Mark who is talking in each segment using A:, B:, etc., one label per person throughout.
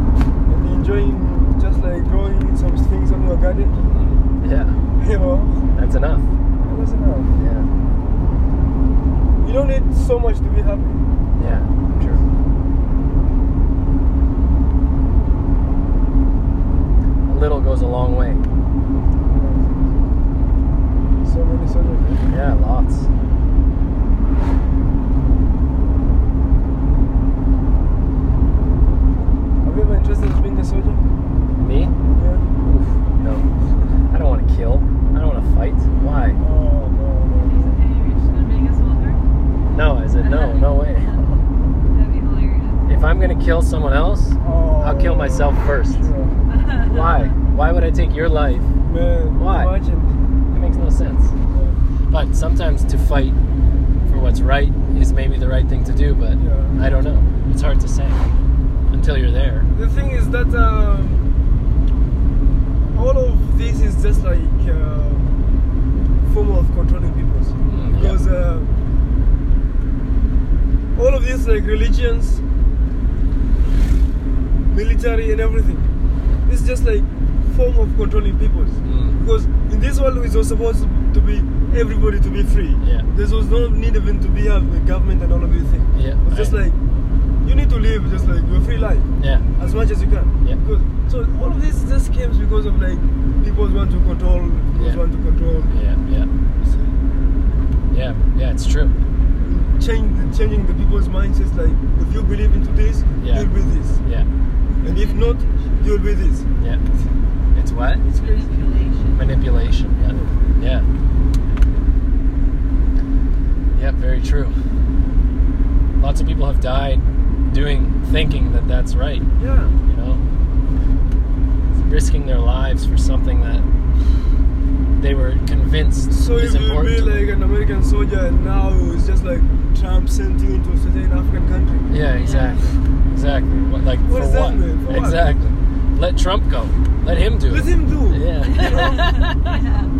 A: so much to be happy.
B: Yeah, true. A little goes a long way.
A: So many, eh? so many.
B: Yeah, lots.
A: Have you ever interested in being a soldier?
B: Me?
A: Yeah.
B: Oof, no. I don't want to kill. I don't want to fight. Why?
A: Oh, no, no.
B: No, I said no, no way.
C: That'd be hilarious.
B: If I'm gonna kill someone else,
A: Oh,
B: I'll kill myself first.
A: sure.
B: Why? Why would I take your life?
A: Man,
B: Why?
A: imagine.
B: That makes no sense. But sometimes to fight for what's right is maybe the right thing to do, but
A: Yeah.
B: I don't know. It's hard to say until you're there.
A: The thing is that um, all of this is just like uh, form of controlling people.
B: Mm, yeah.
A: because uh, all of these like religions military and everything it's just like form of controlling peoples
B: Mm,
A: because in this world it was supposed to be everybody to be free
B: Yeah.
A: there was no need even to be have a government and all of these things
B: yeah.
A: it's just
B: right.
A: like you need to live just like your free life
B: yeah.
A: as much as you can
B: Yeah.
A: because, so all of this just came because of like people want to control people
B: Yeah.
A: want to control
B: Yeah. Yeah. Yeah. Yeah. It's true.
A: change, changing the people's mindsets. Like, if you believe into this,
B: Yeah.
A: you'll be this,
B: Yeah.
A: and if not, you'll be this.
B: Yeah. It's what?
A: It's crazy.
C: Manipulation.
B: Manipulation. Yeah. Yeah. Yep. Very true. Lots of people have died doing thinking that that's right.
A: Yeah,
B: you know risking their lives for something that they were convinced
A: so
B: is
A: if you
B: important
A: be
B: to them.
A: like an American soldier, and now it's just like Trump sent you into a certain African country.
B: yeah exactly exactly what, like
A: What
B: for
A: does that
B: what
A: mean? For what?
B: exactly let trump go let him do
A: Let
B: it
A: him do.
B: yeah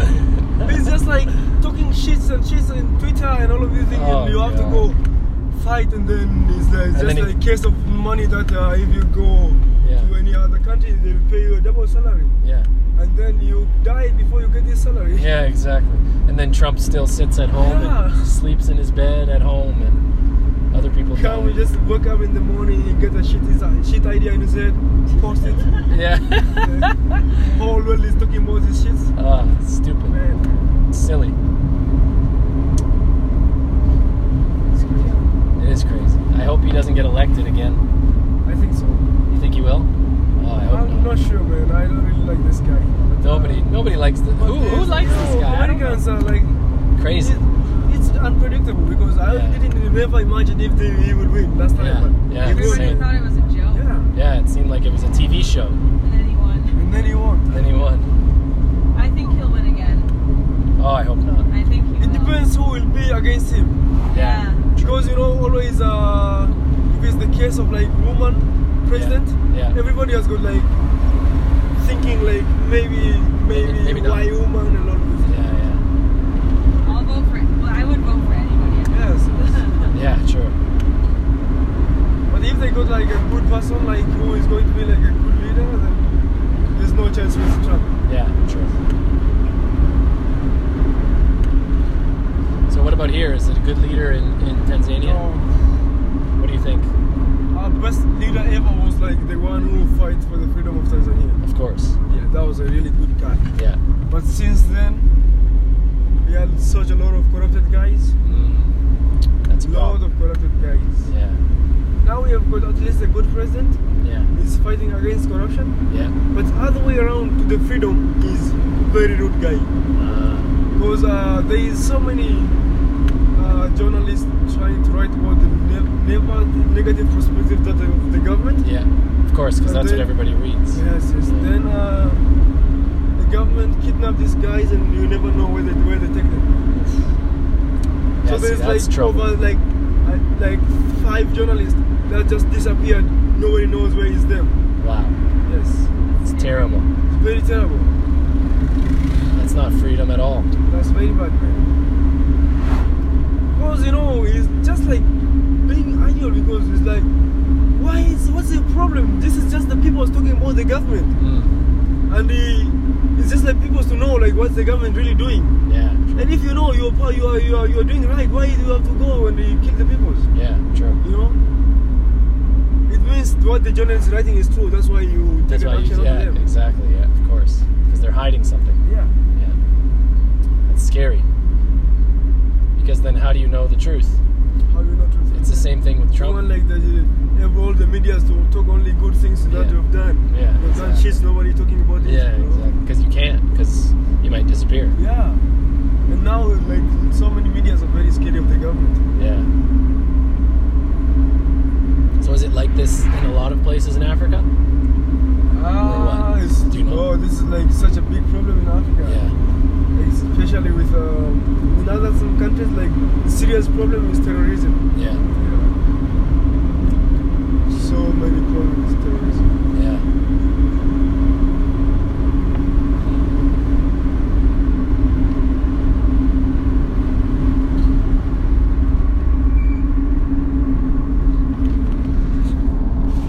A: It's just like talking shits and shits on Twitter and all of these things,
B: Oh,
A: and you have
B: God.
A: to go fight, and then it's like
B: And
A: just
B: then
A: like
B: it-
A: case of money that uh, if you go
B: Yeah.
A: to any other country, they will pay you a double salary,
B: yeah
A: and then you die before you get this salary.
B: yeah exactly and then trump still sits at home
A: Yeah.
B: and sleeps in his bed at home and other people
A: Come,
B: die.
A: we just wake up in the morning, you get a shit, is- uh, shit idea in his head, post it.
B: yeah
A: The whole world is talking about this shit.
B: ah stupid
A: Man,
B: silly
A: it's crazy.
B: it is crazy i hope he doesn't get elected again
A: I think so.
B: you think he will oh i hope
A: I'm not sure, man. I don't really like this guy. But, uh,
B: Nobody, nobody likes this.
A: but
B: Who, who
A: there's-
B: likes this
A: you know,
B: guy? I don't
A: Americans
B: know.
A: are like.
B: Crazy.
A: it- It's unpredictable because I
B: Yeah.
A: didn't never imagine if they, he would win last time.
B: Yeah,
A: But
B: yeah,
A: he won.
B: same.
C: Everybody thought it was a joke.
A: Yeah.
B: Yeah, it seemed like it was a TV show.
C: And then he won.
A: And then he won.
B: Then he won.
C: I think he'll win again.
B: Oh, I hope not.
C: I think he
A: It
C: will.
A: depends who will be against him.
B: Yeah.
A: Because you know, always uh, if it's the case of like woman president,
B: Yeah, yeah.
A: everybody has got like thinking like maybe maybe,
B: Maybe not.
A: why woman and all of
B: Yeah,
A: this.
B: yeah.
C: I'll vote for. Well, I would vote for anybody.
A: Yes, yes.
B: Yeah, sure.
A: but if they got like a good person, like who is going to be like a good leader, then there's no chance with Trump.
B: Yeah, sure. So what about here? Is it a good leader in, in Tanzania? What do you think?
A: No, our best leader ever was like the one who fight for the freedom of Tanzania.
B: Of course.
A: Yeah, that was a really good guy.
B: Yeah.
A: But since then, we had such a lot of corrupted guys,
B: Mm. That's a
A: lot
B: problem.
A: of corrupted guys.
B: Yeah.
A: Now we have got at least a good president.
B: Yeah.
A: He's fighting against corruption.
B: Yeah.
A: But other way around to the freedom is very rude guy.
B: Uh,
A: Because uh, there is so many uh, journalists trying to write about the ne- never negative perspective that of the government.
B: yeah. Of course, because
A: And
B: that's what
A: then-
B: everybody reads.
A: Yes, yes. Then uh, the government kidnap these guys, and you never know where they where they take them.
B: Yeah,
A: so
B: see,
A: there's
B: that's
A: like
B: trouble.
A: over like uh, like five journalists that just disappeared. Nobody knows where is them.
B: Wow.
A: Yes,
B: It's terrible.
A: it's very terrible.
B: That's not freedom at all.
A: That's very bad, man. Because you know, it's just like being idle because it's like, why Hmm. is what's the problem? This is just the people talking about the government,
B: Mm.
A: and he It's just like people to know like what's the government really doing.
B: Yeah. True.
A: And if you know you're part- you are you are you are doing right, why do you have to go and you kill the people?
B: Yeah. True.
A: You know. It means what the journalist is writing is true. That's why you take
B: That's
A: an
B: why
A: action
B: you.
A: on
B: Yeah.
A: them.
B: Exactly. Yeah. Of course. Because they're hiding something.
A: Yeah.
B: Yeah. That's scary. Because then, how do you know the truth?
A: How you not truth?
B: It's the same thing with
A: Someone
B: Trump.
A: like that you have all the media's to talk only good things that
B: Yeah.
A: you've done.
B: Yeah,
A: You've done
B: exactly.
A: shit nobody talking about it.
B: Yeah.
A: you know?
B: Exactly. Because you can't. Because you might disappear.
A: Yeah. And now like so many medias are very scared of the government.
B: Yeah. So is it like this in a lot of places in Africa?
A: Ah,
B: what?
A: it's,
B: Do you know?
A: oh, this is like such a big problem in Africa.
B: Yeah.
A: Like, especially with um, in other some countries like serious problem is terrorism.
B: Yeah.
A: You